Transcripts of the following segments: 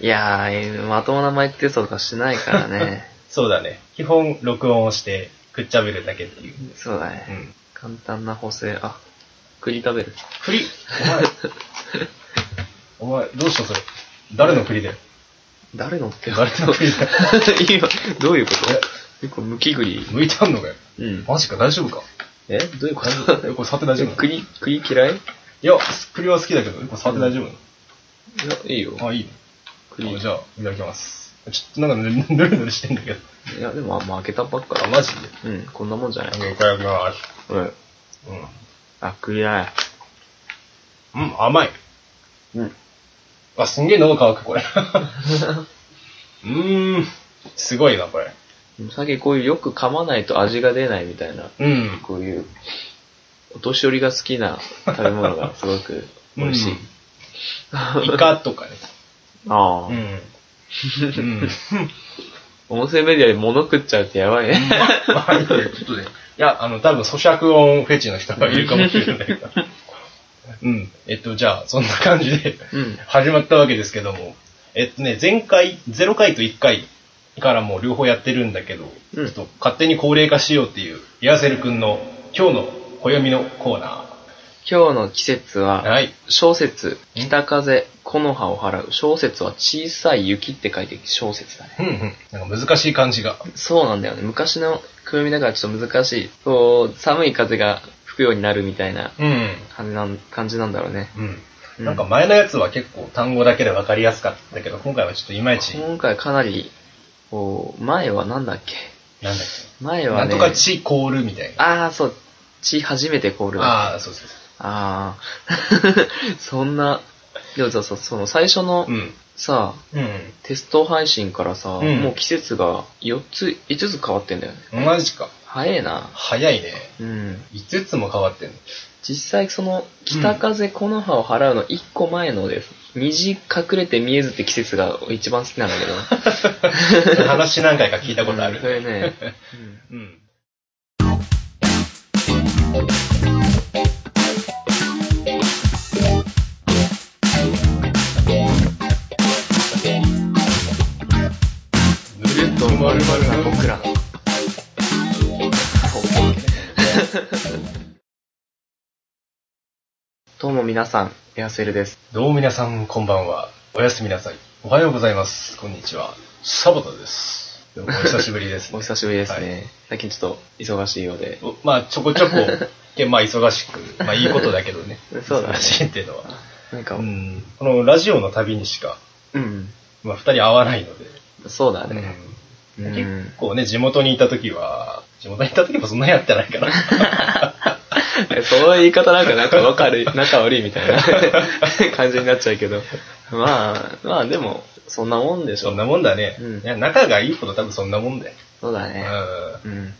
いやー、まともなマイクテストとかしないからね。 そうだね。基本、録音をして、くっちゃべるだけっていう。そうだねう。ん。簡単な補正。あ、栗食べる。栗お前、お前、どうしたそれ誰の栗だよ。誰のって誰の栗だよ。今、どういうこえと結構無き栗。向いてあんのかよ。うん。マジか、大丈夫かえどういうこ大丈夫え、これ触って大と丈夫なの栗、栗嫌いいいや、栗は好きだけど、これ触って大丈夫なのや、いいよ。あ、いい栗。ね。あいじゃあ、いただきます。ちょっとなんかぬぬるぬるしてんだけど。や、でもあんま開けたばっかあ、だ。マジで。うん、こんなもんじゃない。うん、いただきます。うん。うあ、栗だね。ん。うん、甘い。うん。あ、すんげえ喉乾 く、これ。うーん。すごいな、これ。さっきこういうよく噛まないと味が出ないみたいな、うん。こういう、お年寄りが好きな食べ物がすごく美味しい。うん。イカとかね。ああ、うん。 うん。音声メディアで物食っちゃうってやばいね。まあ、いいねちょっとね。いや、あの、多分咀嚼音フェチの人がいるかもしれない から。うん。えっと、じゃあ、そんな感じでうん。始まったわけですけども。えっとね、前回、0回と1回からもう両方やってるんだけど、うんちょっと勝手に高齢化しようっていう、リアセル君の今日の暦のコーナ 今日の季節ー。は、はい。小説、北風、木の葉を払う。小説は小さい雪って書いて小説だね。うんうん。なんか難しい感じが。そうなんだよね。昔の暦だからちょっと難しい。そう、寒い風が吹くようになるみたいなうん。感じなん感じなんだろうね。うん。なんか前のやつは結構単語だけで分かりやすかったけど、今回はちょっといまいち、今回かなり、こう、前はなんだっけなんだっ前け。はなんね、とか地凍るみたいな。ああ、そう、血初めてコールだ。あああ、そうそうそあー、 そんな、でもさ、そその最初のう。うん。さ、うん。テスト配信からさ、うんもう季節が4つ、5つ変わってんだよね。マジか。早いな。早いね。うん。 5つも変わってん の。実実際その、北風木の葉を払うの1個前のです。虹隠れて見えずって季節が一番好きなんだけど。話何回か 聞いたことあうんそれる。ね。うん。ぬるっとまるまるな僕ら。どうも皆さん、エアセルです。どうも皆さん、こんばんは。おやすみなさい。おはようございます。こんにちは。サボタです。どうもお久しぶりで す、おね。久しぶりですね。は最近ちょっと忙しいようで。。おまあ、ちょこちょこ、けまあ、忙しく、まあ、いいことだけどね そうだね忙しいっていうのは。なんか、うん。このラジオの旅にしか、うん。まあ、二人会わないので。そうだね。う結ん。構ね、地元にいた時は、地元にいた時もそんなやってないから。 その言い方なんかなんかわか る、仲悪いみたいな感じになっちゃうけど。まあ、まあでも、そんなもんでしそんょ。なもんだね。うんいや、仲がいいこと多分そんなもんだよ。そうだうね。ん。うん。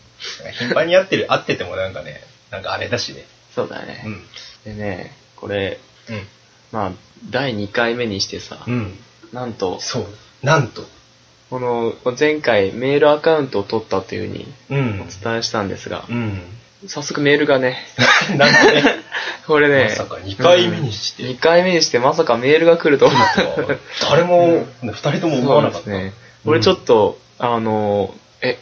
頻繁に会ってる、会っててもなんかね、なんかあれだしね。そうだうね。ん。でね、これ、まあ、第2回目にしてさう、ん。うん。なんと、そう。なんと。この、前回メールアカウントを取ったというふうにうんお伝えしたんですがう、ん。早速メールがね、 なん とね、これね、まさか2回目にして。 2回目にしてまさかメールが来るとは誰も、二人とも思わなかった。そうですね。これちょっと、あの、え、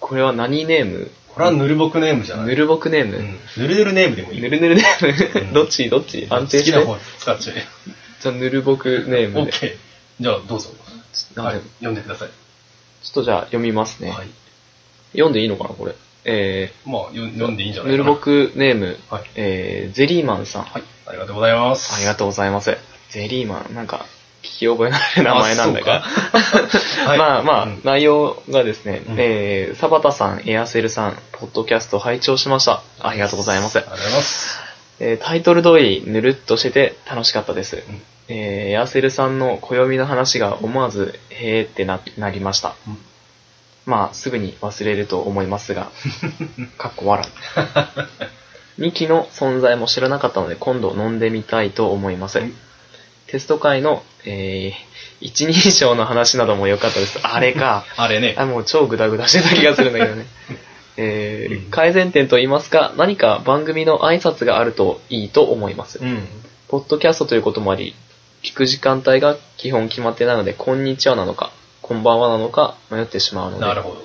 これは何ネームこれはぬるぼくネームじゃなぬい。るぼくネーム、うんぬるぬるネームでもいい。ぬるぬるネーうムんどっちどっち安定好きしなて。方使っちゃえ。じゃあ、ぬるぼくネームオッで。ケー。じゃあ、どうぞ。なんはでい。読んでください。ちょっとじゃあ、読みますね、はい。読んでいいのかな、これ。えまあ、よ読んでいいんじゃー、ないぬるぼくネーム、はい。えー、ゼリーマンさん。はい。ありがとうございます。ありがとうございます。ゼリーマン、なんか、聞き覚えのある名前なんだが あ。そうかはいまあまあ、うん内容がですね、うんえー、サバタさん、エアセルさん、ポッドキャスト拝聴しました。ありがとうございますあり。がとうございます。 えータイトル通りぬるっとしてて楽しかったです。えー、エアセルさんの暦の話が思わず、へーってななりました。うんまあ、すぐに忘れると思います が、かっこ笑う。2期の存在も知らなかったので、今度飲んでみたいと思います。うんテスト会の、えー、一人称の話なども良かったです。あれか。あれね。あ、もう超グダグダしてた気がするんだけどね。えー改善点と言いますか、何か番組の挨拶があるといいと思います。うん。ポッドキャストということもあり、聞く時間帯が基本決まってないので、こんにちはなのか、こんばんはなのか迷ってしまうので、なるほど。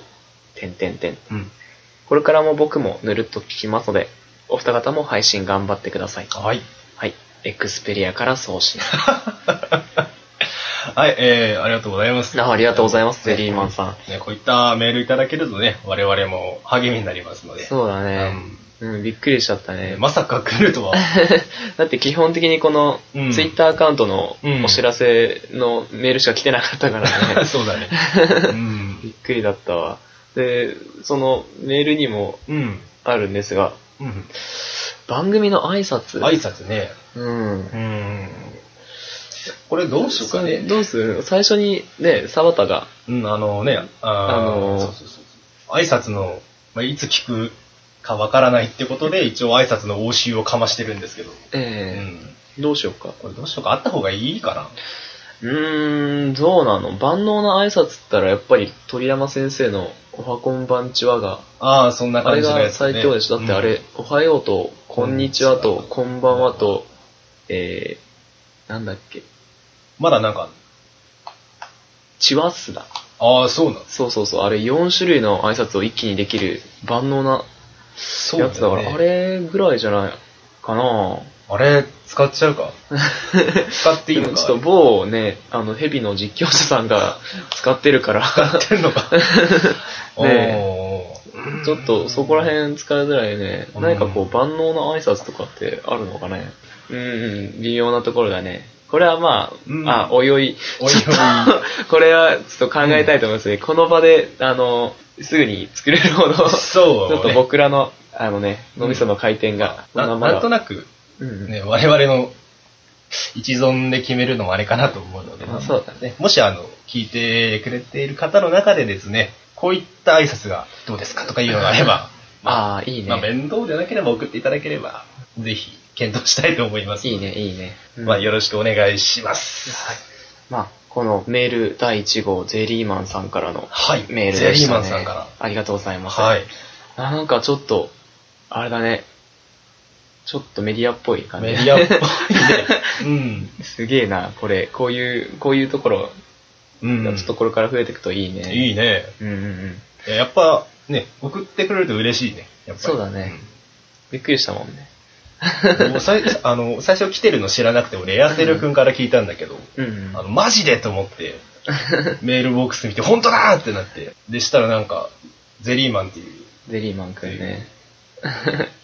てんてんてん。うん。これからも僕もぬるっと聞きますので、お二方も配信頑張ってください。はい。はい。エクスペリアから送信。はい、えー、ありがとうございます。あありがとうございます、ゼリーマンさん。ね、こういったメールいただけるとね、我々も励みになりますので。そうだうね。んうん、びっくりしちゃったね。まさか来るとは。だって基本的にこのうんツイッターアカウントのうんお知らせのメールしか来てなかった からね。そうだね。うんびっくりだったわ。で、そのメールにもうん。あるんですが、うん。番組の挨拶。挨拶ね。うん。うん。これどうしようかね。どうする最初にね、沢田が、うん、あのね、ああのーそうそうそう挨拶の、まあ、いつ聞くかわからないってことで、一応挨拶の応酬をかましてるんですけど。うえん。えどうしようか。これどうしようか、あった方がいいかな。うーん、どうなの万能な挨拶ったらやっぱり鳥山先生のおはこんばんちはが、ああ、そんなあ感れじのやがつ、ね。最強でしょ。だってあれ、おはようと、こんにちはと、こんばんはと、えー、なんだっけ、まだなんか、チワッスだ。ああ、そうなんです。そうそうそう、あれ4種類の挨拶を一気にできる万能なそうやつだから、あれれぐらいじゃないかなあれ、使っちゃうか。使っていいの か。ちょっと某ね、あの、ヘビの実況者さんが使ってるから、使ってんのか。 ねおーちょっとそこら辺使いづらいね。うん何かこう万能な挨拶とかってあるのかね。うんうん、微妙なところだね。これはまあ、うんあ、おいおい。おいおい。 これはちょっと考えたいと思いますね。この場で、あの、すぐに作れるほど、ちそう、ね。ょっと僕らの、あのね、うん脳みその回転が、ななんとななく、うん、ね、我々の一存で決めるのもあれかなと思うので、あそうだね。もしあの、聞いてくれている方の中でですね、こういった挨拶がどうですかとかいうのがあれば、まあ、ああ、いいね。まあ、面倒でなければ送っていただければ、ぜひ検討したいと思います。いいね、いいね。うんまあ、よろしくお願いします。まあ、このメール第1号、ゼリーマンさんからのはい。メールゼでリしーた、マね。ンさんかありがとうございら。ます。はい。あなんかちょっと、あれだね。ちょっとメディアっぽい感じ。メディアっぽいね。 すげえな、これ。こういう、こういうところ、うん。ちょっとこれから増えていくといいね。いいね。うんうんうん。いややっぱ、ね、送ってくれると嬉しいね。やっぱりそうだねびっくりしたもんね。もうさい あの最初来てるの知らなくて俺エアセル君から聞いたんだけど、うんうん。あのマジでと思ってメールボックス見て本当だーってなってでしたらなんかゼリーマンっていうゼリーマンくんね。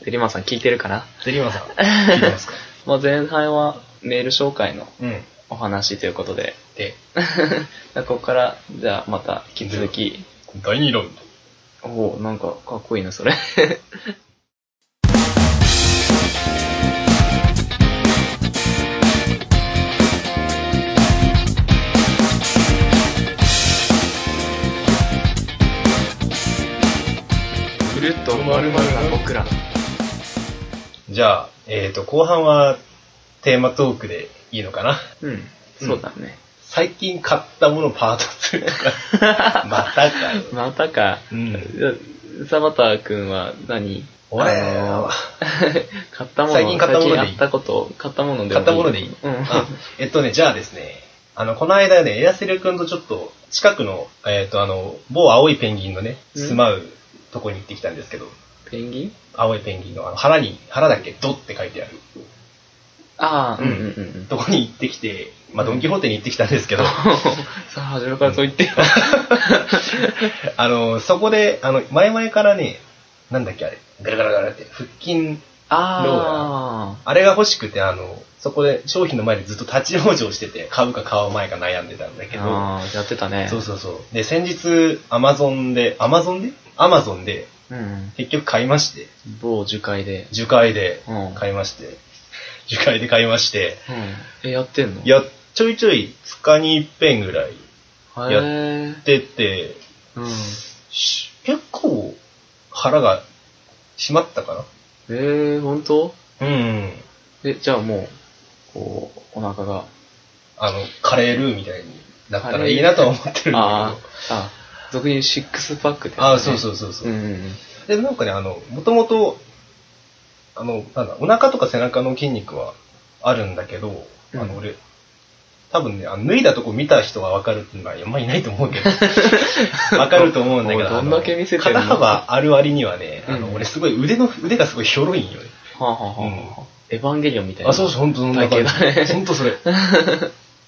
ゼリーマンさん聞いてるか なゼリーマンさん聞い てますかまあ前半はメール紹介のうんお話ということで、でここから、じゃあまた引き続き、第2ラウンドおおなんかかっこいいな、それ。ぐるっと丸々な僕らの。じゃあ、えー、と後半はテーマトークでいいのかなうん、そうだね。最近買ったものパート 2またかよまたか、うんサバタ君は何俺あのは買ったもの、最近買ったものでいい最近買ったこと、買ったものでもいい買ったものでいい、うん。あえっとね、じゃあですね、あの、この間ね、エアセル君とちょっと、近くの、えっと、あの、某青いペンギンのね、うん住まうとこに行ってきたんですけど、ペンギン青いペンギンの、あの、腹に、腹だっけ、ドって書いてある、ああ、ううんんうんうん。とこに行ってきて、まあ、ドンキホーテに行ってきたんですけ ど、さあ、初めからそう言ってよ。 あの、そこで、あの、前々からね、なんだっけ、あれ、ガラガラガラって、腹筋、ああれが欲しくて、あの、そこで商品の前でずっと立ち往生してて、買うか買わないか悩んでたんだけー、ど、あーやってたね。そうそうそう。で、先日、アマゾンで、アマゾンでアマゾンで、うん。結局買いまして、某樹海で。樹海でうん。うん。買いまして、樹海で買いまして、え、やってんのい、や、ちょいちょい塚に一遍ぐらへいー。出て、うん。し結構腹が締まったかえー、ほんとなうん。え、じゃあもう、こう、お腹が。あの、カレールーみたいになったカらレーいいなとは思ってるんだけど。ああーあ、俗に言うシックスパックってやつねあー、そうそうそうそうう。んうんで、なんかね、あの、もともと、あの、なんだ、お腹とか背中の筋肉はあるんだけど、うんあの、俺、多分ね、あの脱いだとこ見た人がわかるっていうのはあんまりいないと思うけ ど、わかると思うんだけど、もうどんだけ見せてんあのの肩幅ある割にはね、あの、うん俺すごい腕の、腕がすごいひょろいんよね。はあ、はあはあはあエヴァンゲリオンみたいな。あ、そうそう、ほんとそんな体感型だねじ。ほん とそれ。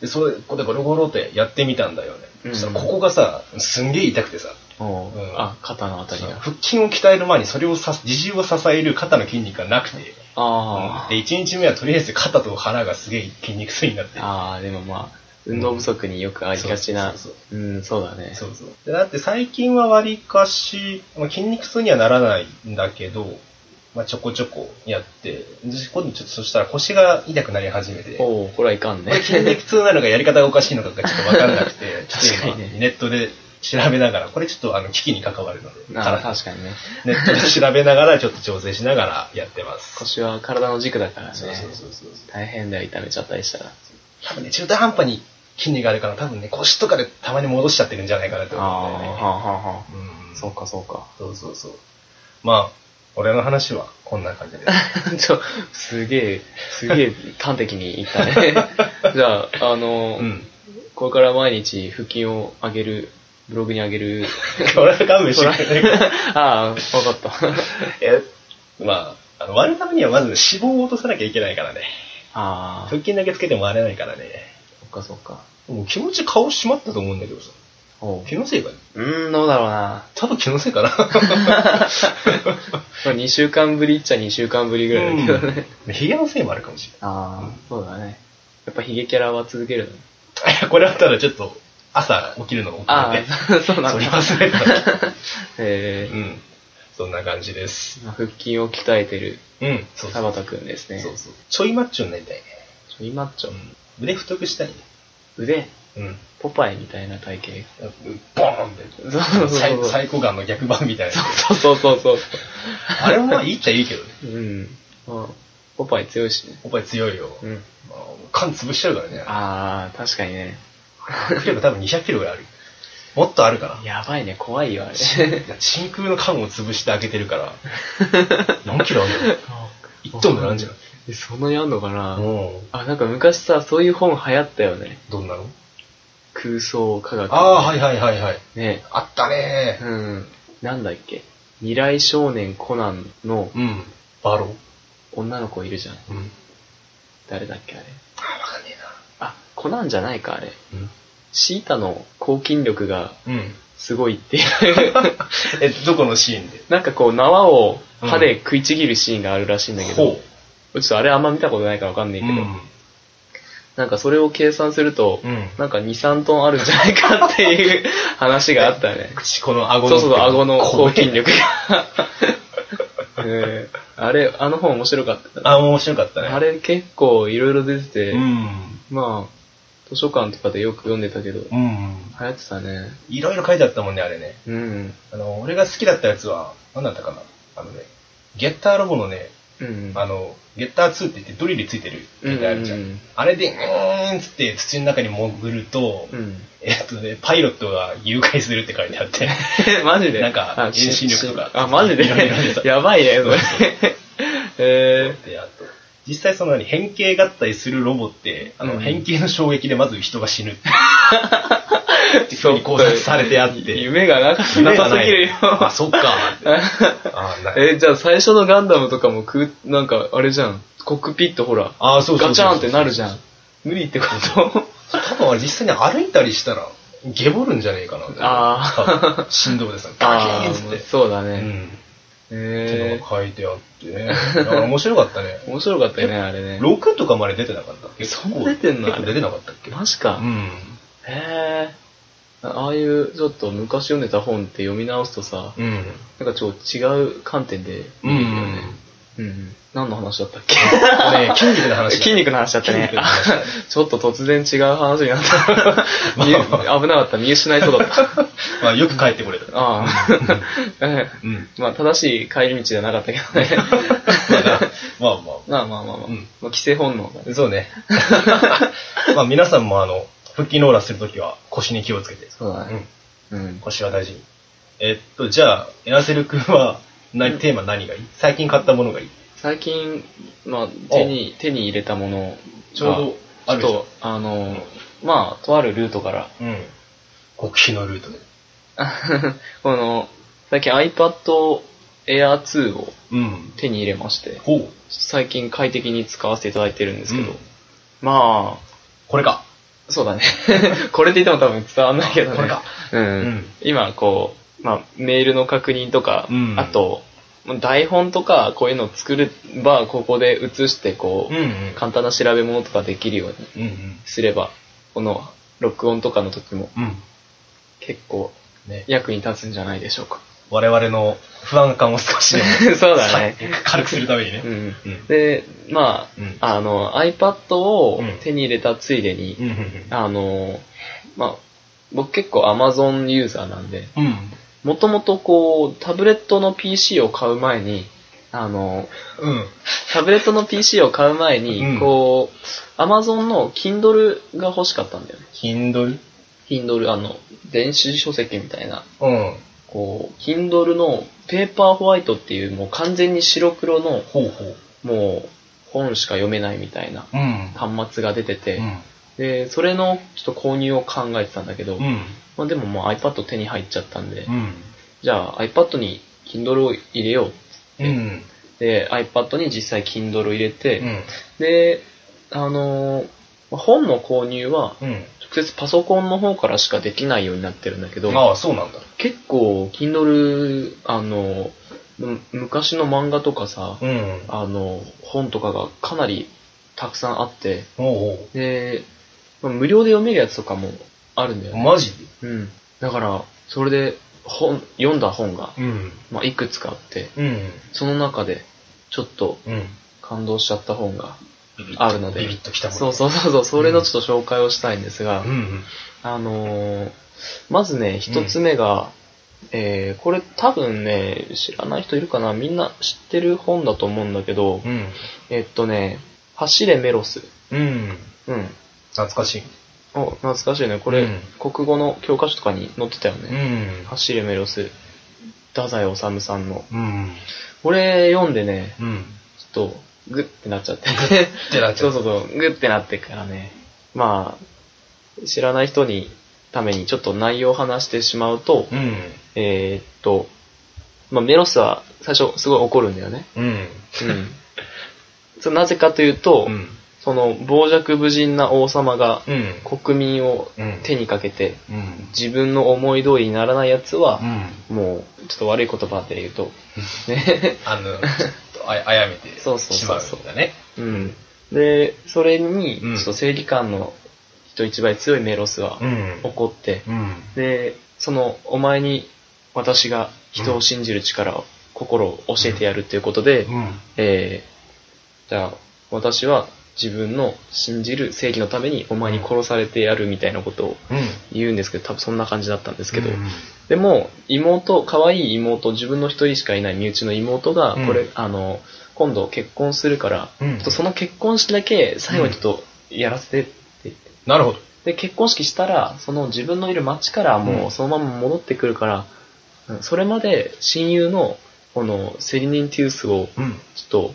で、それ、ここでゴロゴロってやってみたんだよね。うんそしたらここがさ、すんげえ痛くてさ、おううんあ、肩のあたりが。腹筋を鍛える前にそれをさ、自重を支える肩の筋肉がなくて、ああ。で、1日目はとりあえず肩と腹がすげえ筋肉痛になって。ああ、でもまあ、運動不足によくありがちな。そうそううん、そうだね。そうそう。でだって最近はわりかし、まあ、筋肉痛にはならないんだけど、まあ、ちょこちょこやって、で今度ちょっとそしたら腰が痛くなり始めて、こおおこれはいかんね れ。筋肉痛なのかやり方がおかしいのかがちょっとわからなくて、 確かにねちょっと今ネットで調べながら、これちょっとあの機器に関わるので、ああ、体確かにね。ネットで調べながらちょっと調整しながらやってます。腰は体の軸だからね。そうそうそうそう。大変だよ、痛めちゃったりしたら。多分ね、中途半端に筋肉があるから、多分ね、腰とかでたまに戻しちゃってるんじゃないかなとあ思あ、うんだよね。はあはあはあ。うんそうか、そうか。そうそうそう。まあ、俺の話はこんな感じです。 ちょ、すげえ、すげえ端的に言った ね。じゃあ、あの、うん。これから毎日腹筋を上げる、ブログに上げ る。俺は勘弁してくれないかああ、わかった。ら。 えまあ、あの割るためにはまず脂肪を落とさなきゃいけないからね。 ああ、そ腹筋だけつけても割れないからね。っかそっか。もう気持ち顔締まったと思うんだけどさ。おう気のせいかね。うーん、どうだろうな。多分気のせいかな。まあ、2週間ぶりっちゃ2週間ぶりぐらいだけどね。 うん。ヒゲのせいもあるかもしれああ、そうだね。やっぱヒゲキャラは続けるのないいや。 これあったらちょっと朝起きるのが遅 あれて。あ、そうなんそれだ。忘れた。 えうーん。そんな感じです。まあ腹筋を鍛えてるうん。そう田そう。畑くんですね。そうそうちょいマッチョになりたいね。ちょ今っちょ、うん腕太くしたいね。腕、うん。ポパイみたいな体型。ボーンって。そうそうサイそう。サイコガンの逆版みたいな。 そうそうそうそう。あれもまあいいっちゃいいけどね。うん。まあ、ポパイ強いしね。おっぱい強いよ。うん。まあ缶潰しちゃうからね。ああ、確かにね。握力多分200キロぐらいある。もっとあるから。 やばいね、怖いよ、 あれ。いや真空の缶を潰して開けてる から。何キロあるの ?1 トンぐらいあるんじゃないえそんなにあんのかな、うん。あ、なんか昔さ、そういう本流行ったよね。どんなの空想科学。ああ、はいはいはいはい。ね。あったねー。うん。なんだっけ。未来少年コナンのうん。バロ女の子いるじゃん。うん。誰だっけ、あれ。あー、わかんねあ、コナンじゃないか、あれ。えな。シータの抗菌力がうん。すごいって いう。え、どこのシーンでなんかこう、縄を歯で食いちぎるシーンがあるらしいんだけど、ほちょっとあれあんま見たことないからわかんなう。いけど、なんかそれを計算すると、うん。なんか2、3トンあるんじゃないかっていう話があったね。口、この顎その。うそう、顎の抗こう菌力が。 えーあれ、あの本面白かったな。あ、面白かったね。あれ結構いろいろ出てて、うん。まあ、図書館とかでよく読んでたけど、流うん。行ってたね。いろいろ書いてあったもんね、あれね。うん。あの、俺が好きだったやつは、何だったかなあのね、ゲッターロボのね、うん。あの、ゲッター2って言ってドリルついてるうん、みたいなのあるじゃん。うんあれで、うーんっつって土の中に潜ると、うん。 えっとね、パイロットが誘拐するって書いてあって、え、マジでなんかあ遠心力とかあ、マジでいろいろ出 たやばいね、それ。 えで、あと、実際その何変形合体するロボって、あの、うん変形の衝撃でまず人が死 ぬってー、いうふうに考察されてあって、夢がなかった。なさすぎ るよ。あ、そっかーって。あー、なえ、じゃあ最初のガンダムとかもく、なんか、あれじゃん。コックピットほら、あー、そうそうそうそう。ガチャーンってなるじ ゃん。無理ってこと多分あれ実際に歩いたりしたら、ゲボるんじゃねえかな。あ あ。振動でさ、ガあキーンっつっー、て。そうだうね。ん。っていえうのが書いてあってね。だから面白かっ たね。ー、面白かったよね、あれね。 6とかまで出てなかったっけそんな出てんの結構出てなかったっけマジうか。ん。へー。あああいう、ちょっと昔読んでた本って読み直すとさ、うん。なんかちょっと違う観点でう見れるよんね。。うん。何の話だったっけね筋肉の話。筋肉の話だったね筋肉。の話だねあ ちょっと突然違う話にな った。見え 危なかった。見失いそうだった。まあ、よく帰ってこれた。あ あ。ええうん。まあ、正しい帰り道ではなかったけどね。 まあな、まあままあまあまあまあ。うんまあ、規制本能だね。あ。そ うね。まあ、皆さんもあの、腹筋ローラーするときは腰に気をつけて。そうだうねん。。うん。腰は大事に。えっと、じゃあ、エナセル君は、何、テーマ何がいい最近買ったものがいい最近、まあ、手に、手に入れたものがちょうどあるちでしょっょと、あの、まあ、とあるルートから、 うん。極秘のルートで。この、最近 iPad Air 2をうん。手に入れまして、ほう。最近快適に使わせていただいてるんでですけど、まこれか。あ、そうだね。 これで言っても多分伝わんないけどね。これか。うん。うん今、こう、まあ、メールの確認とか、うんあと、まあ台本とか、こういうのを作れば、ここで写して、こう、うんうん。簡単な調べ物とかできるようにうんうん。すれば、この、録音とかの時もうん。結構ね。役に立つんじゃないでしょうか。我々の不安感を少しで もそうだね。軽くするためにねう。ん。うん。で、まうん。あ、あの、iPad をうん手に入れたついでに、うんうんあの、まあ、僕結構 Amazon ユーザーなんで、うん。もともとこう、タブレットの PC を買う前に、あの、うん。タブレットの PC を買う前に、うんこう、Amazon の Kindle が欲しかったんだよね。 Kindle? Kindle、あの、電子書籍みたいな。うん。こう、Kindle のペーパーホワイトっていうもう完全に白黒の、ほうほう。もう、本しか読めないみたいなうん。端末が出てて、うん。で、それのちょっと購入を考えてたんだけど、うん。まあでももう iPad 手に入っちゃったんで、うん。じゃあ iPad に Kindle を入れようっうん。で、iPad に実際 Kindle を入れうて、ん。で、あのーまあ本の購入は、うん。直接パソコンの方からしかできないようになってるんだけど、ああ、そうなんだ。結構、Kindle、あのーむ昔の漫画とかさ、うん。あのー本とかがかなりたくさんあって、おうで、まあ無料で読めるやつとかもあるんだよおう。ね。マジでうん。だから、それで、本、読んだ本が、うん。まあ、いくつかあって、うん。その中で、ちょっとうん。感動しちゃった本がビビッとあるのでビビッときたもんそうそうそうそう、それのちょっと紹介をしたいんですが、うん。あのーまずね、一つ目が、えーこれ多分ね、知らない人いるかな、みんな知ってる本だと思うんだけど、うん。えっとね、走れメロス。うん。うん。懐かしい。お、懐かしいね。これ、うん国語の教科書とかに載ってたようね。ん。走れメロス。太宰治さんの。うん。これ読んでね、うん。ちょっと、グッてなっちゃって。 ってなっちそゃうう。そうそう、グッてなってからね。まあ、知らない人に、ためにちょっと内容を話してしまうと、うん。えーっと、まあメロスは最初すごい怒るんだよね。うん。 うん。それなぜかというと、うん。その傍若無人な王様がうん。国民をうん。手にかけて、うん。自分の思い通りにならない奴はう、ん。もう、ちょっと悪い言葉で言うと、ね。あの、ちょっとあやあやめてそうそうしそまううんだね。うん。で、それに、ちうょんっと正義感の人一倍強いメロスはん怒って、うん。で、その、お前に私が人を信じる力を、心を教えてやるということで、うん。えー、じゃあ、私は自分の信じる正義のためにお前に殺されてやるみたいなことをうん。言うんですけど、多分そんな感じだったんですけど、うんでも、妹、可愛い妹、自分の一人しかいない身内の妹が、うんこれ、あの、今度結婚するから、うんちょっとその結婚式だけ最後にちょっとやらせてって言って、なるほど。で、結婚式したら、その自分のいる町からもううんそのまま戻ってくるから、うんそれまで親友の、この、セリニンティウスを、うん。ちょっと、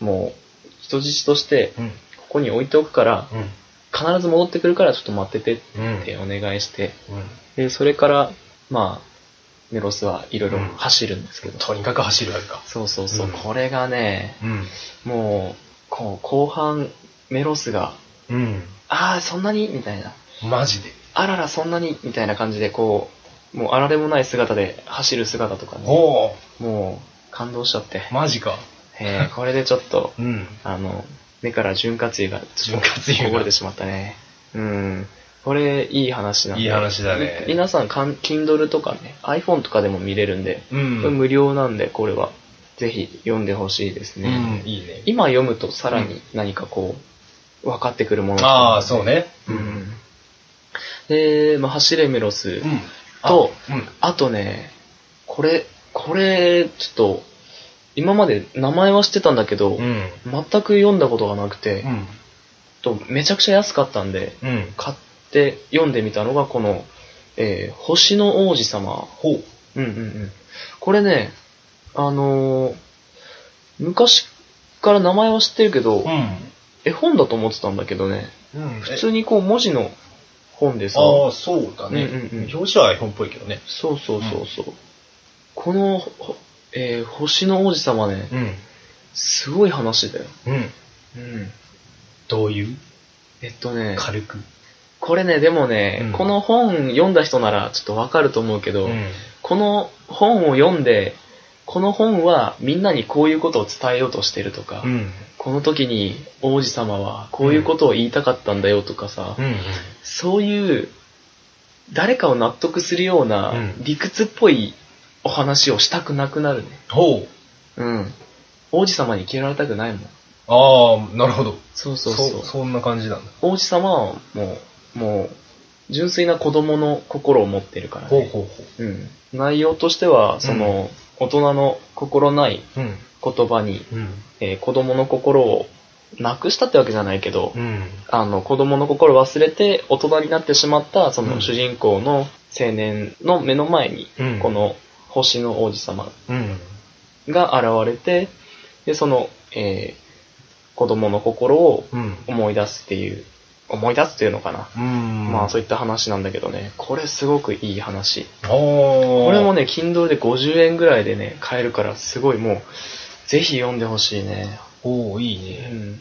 もう、人質として、うん。ここに置いておくから、うん。必ず戻ってくるから、ちょっと待っててっうん。てお願いして、うんで、それから、まあ、メロスはいろいろうん走るんですけど、とにかく走るわけか。そうそうそう、うんこれがね、うん。もう、こう、後半、メロスが、うん。ああ、そんなにみたいな。マジで。あらら、そんなにみたいな感じで、こう、もうあられもない姿で走る姿とかね、おおもう感動しちゃって、マジか。えーこれでちょっと、うん。あの、目から潤滑油が、潤滑油がこぼれてしまったね。うん。これ、いい話なんで。いい話だね皆さん、かん Kindle とかね、iPhone とかでも見れるんで、こうれん。無料なんで、これは、ぜひ読んでほしいですうね。ん。いいね。今読むとさらに何かこう、分かってくるものああ、そうね。う。ん。で、まあ、走れメロス。うん。とあ、うん。あとね、これ、これ、ちょっと、今まで名前は知ってたんだけど、うん。全く読んだことがなくて、うん。とめちゃくちゃ安かったんで、うん。買って読んでみたのがこの、えー星の王子様。ほう。うんうんうん。これね、あのー昔から名前は知ってるけど、うん。絵本だと思ってたんだけどね、うん。普通にこう文字の本でさ、ああ、そうだね、うんうんうん表紙は iPhone っぽいけどね。そうそうそうそう。この、ほえー星の王子様ね、うん。すごい話だよ。うん。うん。どういうえっとね、軽く。これね、でもね、うんこの本読んだ人ならちょっとわかると思うけど、うん。この本を読んで、この本はみんなにこういうことを伝えようとしてるとか、うん。この時に王子様はこういうことを言いたかったんだよとかさ、うん。そういう誰かを納得するようなうん理屈っぽいお話をしたくなくなるね。ほう。うん。王子様に嫌われたくないもん。ああ、なるほど。そうそうそう。そんな感じなんだ。王子様はもう、もう、純粋な子供の心を持ってるからほうね。ほうほ。うん。内容としては、その、大人の心ないううん。言葉に、うん。えー子供の心をなくしたってわけじゃないけど、うん。あの、子供の心を忘れて大人になってしまった、そうのん主人公の青年の目の前に、うんこ、の星の王子様うん。が現れて、で、その、えー子供の心をうん。思い出すっていう、思い出すっていうのかな。うん。まあそうういった話なんだけどね、これすごくいい話。ああ。ここれも、ね、Kindle で50円ぐらいでね、買えるから、すごいもう、ぜひ読んでほしいね。おおいいうね。ん。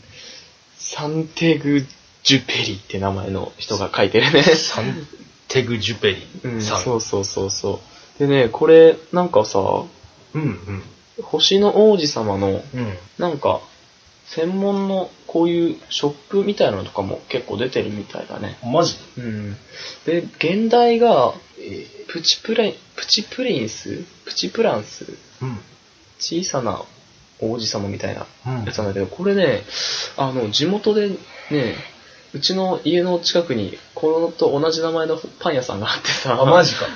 サンテグ・ジュペリって名前の人が書いてるね。サンテグジュペリうん、さん。そうそうそうそう。でね、これ、なんかさ、うん。うん。星の王子様の、うん。なんか、専門のこういうショップみたいなのとかも結構出てるみたいだね。マジうん。で、現代が、えープチプレイ、プチプリンスプチプランスうん。小さな王子様みたいなうんやつなんだけど、これね、あの、地元でね、うちの家の近くに、このと同じ名前のパン屋さんがあってさ、あ、マジか。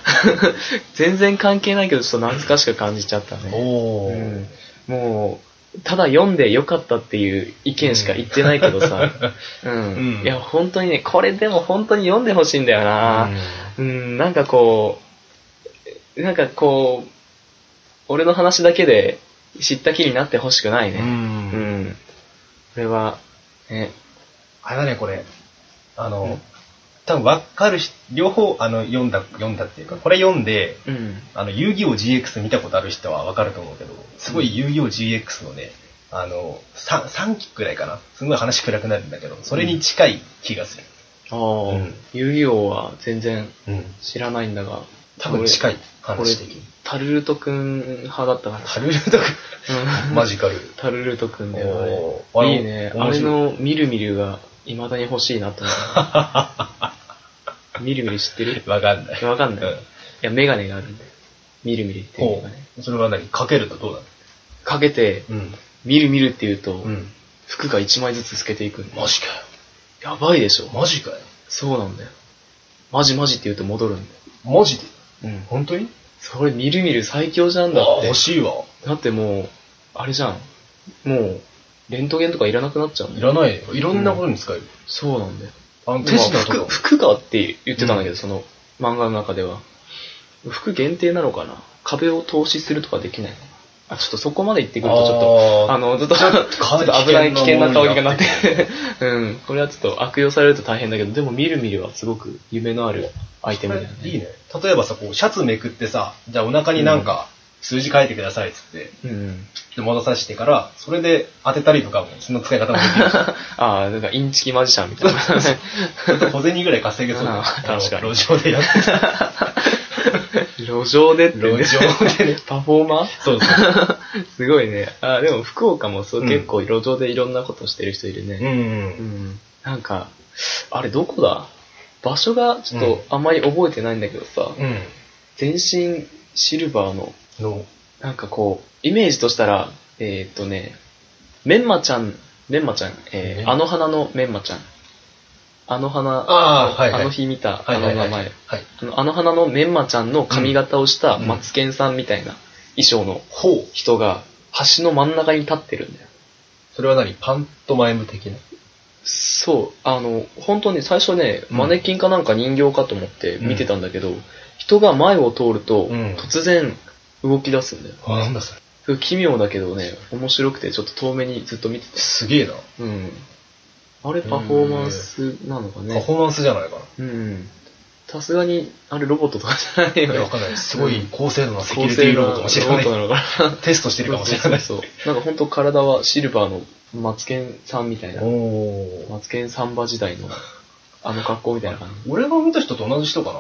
全然関係ないけど、ちょっと懐かしく感じちゃったね。おお、うんもう、ただ読んでよかったっていう意見しか言ってないけど さ、うん。うんいや、本当にね、これでも本当に読んでほしいんだよな、うん、なんかこう、なんかこう、俺の話だけで知った気になってほしくないうん。ね。ううんん。これは、ね、あれだね、これ。あの、うん多分分かるし、両方、あの、読んだ、読んだっていうか、これ読んで、うん。あの、遊戯王 GX 見たことある人は分かると思うけど、すごい遊戯王 GX のね、あの、3, 3期くらいかな。すごい話暗くなるんだけど、それに近い気がする。ああ、うん遊戯王は全然うん。知らないんだが、多分近い。い話的に。タルルト君派だったかタルルとか、 ら。マジカル。タルルトくんだよね。おーあれいいね。あ面白いれのみるみるが未だに欲しいなと思 う。みるみる知ってるわかんない。わかんうんない。いや、メガネがあるんだよ。みるみるっていうメほガネ。う。それは何かけるとどうなるかけて、うん。みるみるって言うとう、ん。服が1枚ずつ透けていくんだよマジかよ。やばいでしょ。マジかよ。そうなんだよ。マジマジって言うと戻るんだよ。マジでうん。本当にそれみるみる最強じゃんだあっあ、て欲。しいわ。だってもう、あれじゃん。もう、レントゲンとかいらなくなっちゃうんだいよ。らないよ。いろんなことに使える。そうなんだよ。あの手品と服、か。服がって言ってたんだけど、その漫画の中では。服限定なのかな壁を投資するとかできないのあ、ちょっとそこまで行ってくるとちょっと、ああの、ずっと、 ちょっかなりと危ない危険な香りがなって危険なものに うな、ん、これはちょっと悪用されると大変だけど、でも見る見るはすごく夢のあるアイテムだよあね。いいね。例えばさ、こう、シャツめくってさ、じゃあお腹になんか、数字書いてくださいっつって、うん。 で、戻させてから、それで当てたりとかも、その使い方もできる。 ああ、なんかインチキマジシャンみたいな。ちょっと小銭ぐらい稼げそうあな。ー確かにあの路上でやってた。 路上で って、路上でね。パフォーマーそうそう。すごいね。あーでも福岡もそう、うん結構路上でいろんなことしてる人いるね。うんう。うんんなんか、あれどこだ場所がちょっとあんまり覚えてないんだけどさ、うん。全身シルバーの、の、なんかこう、イメージとしたら、えーっとね、メンマちゃん、メンマちゃん、えメンー、マあの花のメンマちゃん。あの花、あーはいはいの日見た、あはいのは名い前、はい。はい。あのあの花のメンマちゃんの髪型をしたマツケンさんみたいな衣装のほう。人が橋の真ん中に立ってるんだよ。それは何パントマイム的な。そう、あの、本当に最初ね、うんマネキンかなんか人形かと思って見てたんだけど、人が前を通ると、うん突然動き出すんだよ。あ、なんだそれ。それ奇妙だけどね、面白くてちょっと遠目にずっと見てた。すげえな。うん。あれパフォーマンスなのかパね。フォーマンスじゃないかうん。さすがに、あれロボットとかじゃないな。よいや、ねわ。かんないです。すごういん高性能なセキュ高リティ性能ロボなットロかボもしット。なのかれないな。 テストしてるかもしれない。そうそうそう。なんか本当体はシルバーのマツケンさんみたいなお。お。マツケンサンバ時 代の、あの格好みたいな感じ。俺が見た人と同じ人かな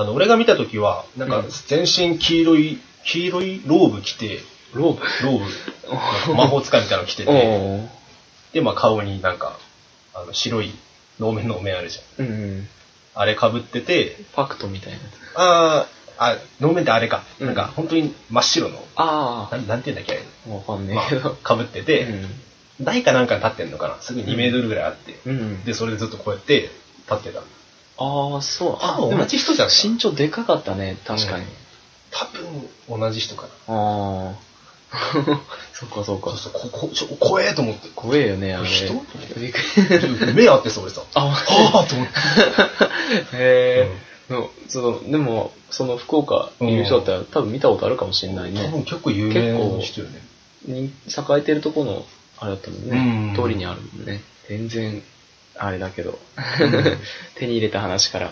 あの、俺が見た時は、なんかうん全身黄色い、黄色いローブ着て、ローブローブ、なんか魔法使いみたいなの着て おて、ーで、まあ顔になんか、あの、白い、能面能面あるじゃん。うんうん。あれ被ってて、ファクトみたいな。あー、あ、能面ってあれか。うんなんか本当に真っ白の、あなんなんて言うんだっけあ。わかんあれ、ねまえけど。あ、被ってて、台かなんかに立ってんのかなすぐう2んメートルぐらいあって。 うん。うん。で、それでずっとこうやって立ってた。ああ、そう。あ、多で分同もじ人じゃん。身長でかかったね、確かに。多分同じ人かな。ああ。 そっかそっそかう。そう、こ、こ、ちょ、怖えと思って。 怖えよね、あれ。人びっくり目合ってそうでさ。 あ、はぁと思って。へえ、のその、でも、その福岡にいる人だったら、多分見たことあるかもしれない 多ね。分結構有名な人よね。に栄えてるとこの、あれだったもんね。うん通りにあるもんね。全然、あれだけど、うん 手に入れた話から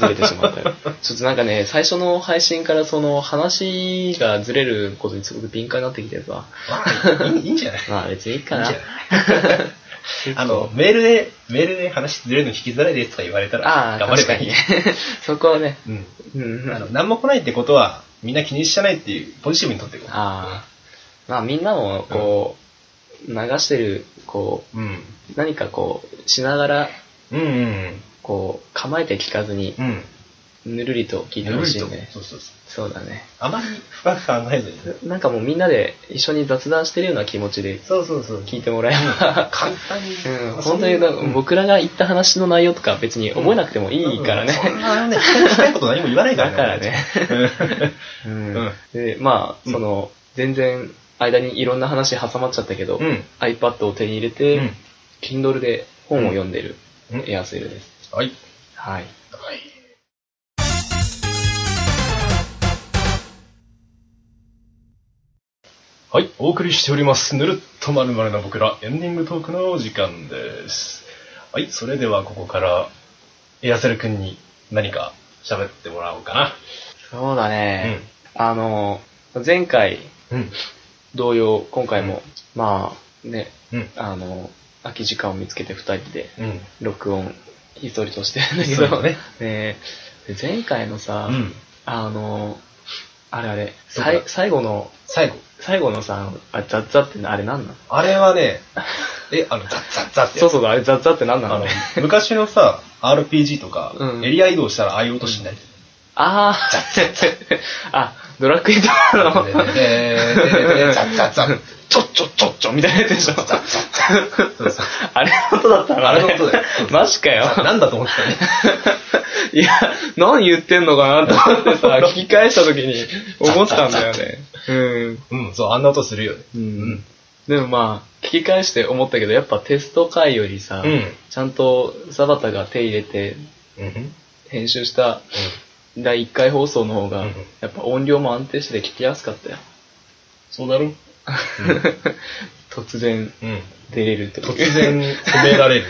ずれてしま ったよ。ちょっとなんかね、最初の配信からその話がずれることにすごく敏感になってきてさ、まあ、いいいいんじゃないまあ別にいいかな。いいんじゃあの、メールで、メールで話ずれるの聞きづらいですとか言われたあら、あ、頑張れ確ばかいに いね。。そこはね、うん。うん、あの、何も来ないってことは、みんな気にしちゃないっていう、ポジティブにとっていこう。ああ。まあみんなも、こう、流してる、こうん。う、何かこう、しながら、うんうんこう、構えて聞かずにう、ん。ぬるりと聞いてぬほるしりいとね。そうそうそそう。うだね。あまり深く考えずに。なんかもうみんなで一緒に雑談してるような気持ちでそうそうそう。聞いてもらえば、簡単に。うん、本当になんか僕らが言った話の内容とか別に覚えなくてもいいからね。そんなね、聞きたいこと何も言わないかだかららね。ううんん。で、まあ、その、全然、間にいろんな話挟まっちゃったけど、うん。 iPad を手に入れうて、ん。 Kindle で本を読んでるうんエアセルです。はい。はい。はい。はい、お送りしております。ぬるっとまるまるな僕ら、エンディングトークのお時間です。はい、それではここから、エアセル君に何か喋ってもらおうかそうだな。ね。あの、前回うん。うん。同様、今回も、まあ、ね、うん。あの、空き時間を見つけて二人でうん。録音、一人としてるんだけそうだど、ねね。で前回のうさ、ん。あの、あれあれ、そうさだい最後の、最後。最後のさ、あザッザってあれなんなのあれは ね、え、あの、ザッザッザッってやつそうそう、あれザッザってなんなあのの、昔のさ、RPG とか、うんエリア移動したらああいう音しない。ああ、あ、ドラクエとかの、でででででザッザッザッ。ちょっちょっちょっちょみたいなやつでしょ。そうそうあれの音だったのあれの音だよ。マジかよ。なんだと思ってたね。いや、何言ってんのかなと思って さ、聞き返した時に思ったんだよね。うん。うん、そう、あんな音するよね。う。うんでもまあ、聞き返して思ったけど、やっぱテスト回よりさ、うん。ちゃんとサバタが手入れてうん。編集した第1回放送の方がうん、やっぱ音量も安定してて聞きやすかったよ。そうだろ 突然うん。出れるという突然褒められる。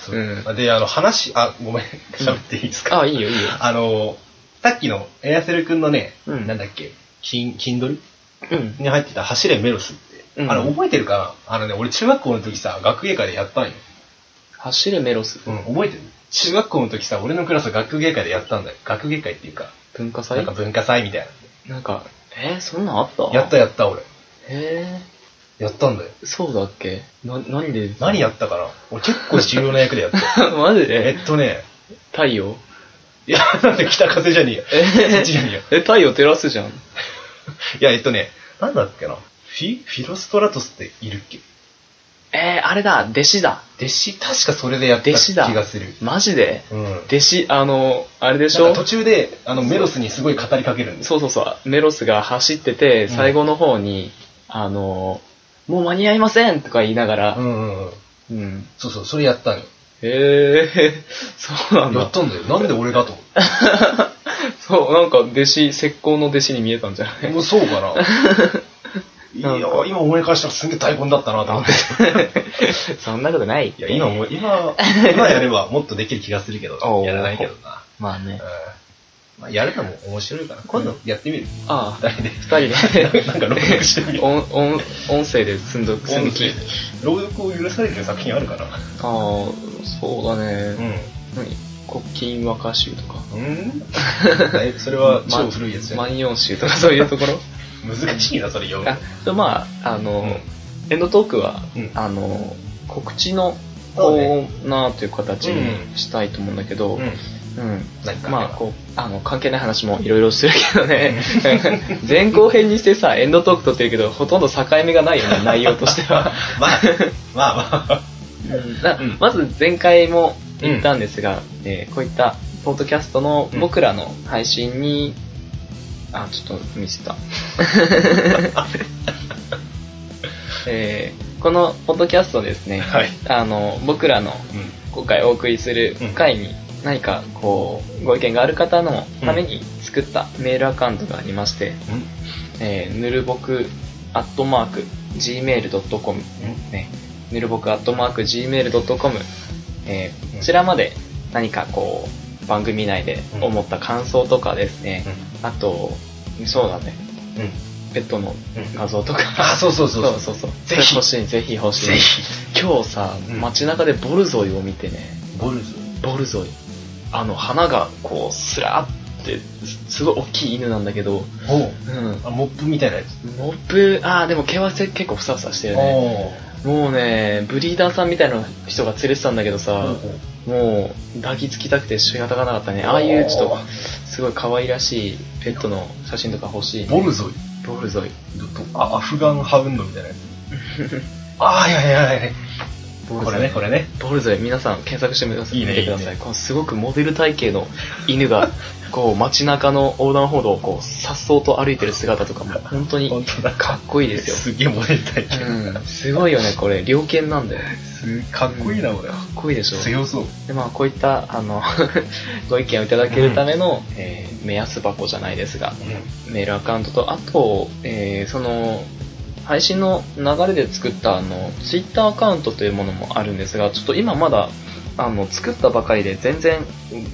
そううで、あの、話、あ、ごめん、喋っていいですかあ、いいよいいよ。あの、さっきのエアセル君のね、うんなんだっけ、キン、キンドルうん。に入ってた走れメロスって、うんあれ覚えてるかなあのね、俺中学校の時さ、学芸会でやったんよ。走るメロス。うん、覚えてる中学校の時さ、俺のクラス学芸会でやったんだよ。学芸会っていうか、文化祭なんか文化祭みたいなんか、えー、そんなんあったな。やったやった、俺。へやったんだよ。え、そうだっけな、何で何やったかな俺結構重要な役でや った。マジえでっとね、太陽いや、なんで北風じゃねえよ。そっちじゃねえよ。え、太陽照らすじゃん。いや、えっとね、なんだっけな。フィ、フィロストラトスっているっけえー、あれだ、弟子だ。弟子、確かそれでやった弟子気だがする。マジでうん。弟子、あの、あれでしなんょか途中で、あの、メロスにすごい語りかけるんです。そうそうそう、メロスが走ってて、最後の方に、あの、もう間に合いませんとか言いながうら、んうんうん。うん。そうそう、それやったんよ。へえ、 そうなんやだっ。たんだよ。なんで俺 がと思って。そう、なんか弟子、石膏の弟子に見えたんじゃない もうそうかな。いなんかや、今思い返したらすんげえ大根だったなと思って。 そんなことない。いや、今も、 今、今やればもっとできる気がするけどお、うやらないけどな。まあうんね。まあ、やるのも面白いから、今度やってみる。ああ、二人で。。二人でなんか録音してみ る。音、音、音声で積んどく、音積声き。 朗読を許されてる作品あるかなああ、そうだうね。ん。何国金和歌集とか。うんだ いぶそれは超古いやつじゃん。万葉集とかそういうとこ ろ難しいな、それ読むあ。でもまああの、エンドトークは、うんあの告知のそコうねーナーという形にしたいと思うんだけど、ううんん。なんか、まあこうあの関係ない話もいろいろするけどね 前後編にしてさエンドトーク撮ってるけどほとんど境目がないよね内容としては まあ、まあまあ。なうんまず前回も言ったんですが、えーこういったポッドキャストの僕らの配信に、あちょっと見せ た、えーこのポッドキャストですね、はい。あの僕らの今回お送りする回に何かこうご意見がある方のために作ったメールアカウントがありまして、うん。えー、ぬるぼくアットマーク gmail.com うん。ね、ぬるぼくアットマーク gmail.com、えーこちらまで何かこう、番組内で思った感想とかですね、あと、そうだね、うん。ペットのうん。画像とか、あ、そうそうそうそうそそうそう、ぜひそれ欲しい、ぜひ欲う。しいぜ。ひ。今日さう、ん街中でボルゾイを見てね、ボルズ。ボルゾイ。あの、花がこう、スラーって、すすごい大きい犬なんだけど、おう。うん。あ、モップみたいなやつ。モップ、あーでも毛はせ結構ふさふさしてるね。もうね、ブリーダーさんみたいな人が連れてたんだけどおさ、う。もう抱きつきたくて仕方がなかったね。ああいうちょっおと、ーすごい可愛らしいペットの写真とか欲しい、ボルゾイ。ボルゾイ。あ、アフガンハウンドみた いなやつ。ああ、いやいやいやいや。ボルこゾれイ。ね、これね。ボルゾイ、皆さん検索してみてください。いいね見てください。いいねこのすごくモデル体型の犬 が、こう街中の横断歩道をこう、颯爽と歩いてる姿とかも、本当に本当だ。かっこいいですよ。すげえモデル体験。うん、すごいよね、これ。猟犬なんだよ。すかっこいいな、これ。かっこいいでしょ。強そう。でまあ、こういったあの ご意見をいただけるための、えー目安箱じゃないですがメールアカウントとあと、えーその配信の流れで作ったあのツイッターアカウントというものもあるんですがちょっと今まだあの作ったばかりで全然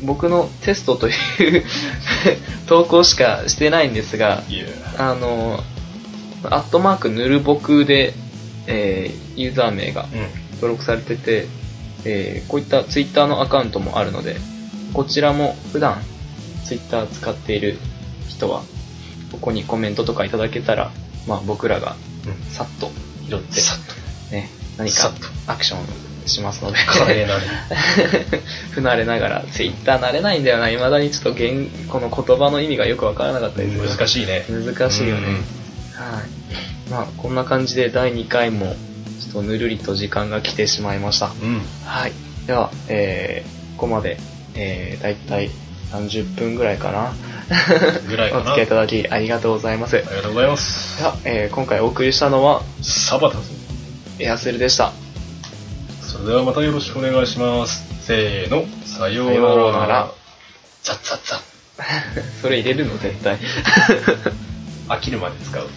僕のテストという 投稿しかしてないんですがいや。あのアットマークぬるぼくで、えーユーザー名がう登録されてて、えーこういったツイッターのアカウントもあるので、こちらも普段ツイッター使っている人は、ここにコメントとかいただけたら、まあ僕らがん。さっと拾って、さっと。ね、何かさっとアクションしますので、華麗なる。 不慣れながら、ツイッター慣れないんだよな、未だにちょっと言この言葉の意味がよくわからなかったですが難しいね。難しいよね。はい。まあこんな感じで第2回も、ちょっとぬるりと時間が来てしまいました。うん。はい。では、えー、ここまで、えー、だいたい30分ぐらいかな。ぐらいおか付き合いな。いあただきありがとうございます。でりがとうございます。は、えー、今回お送りしたのは、サバタズ。エアセルでした。それではまたよろしくお願いします。せーの、さよさよううなならら。ザッザッザッ。それ入れるの絶対。飽きるまで使う。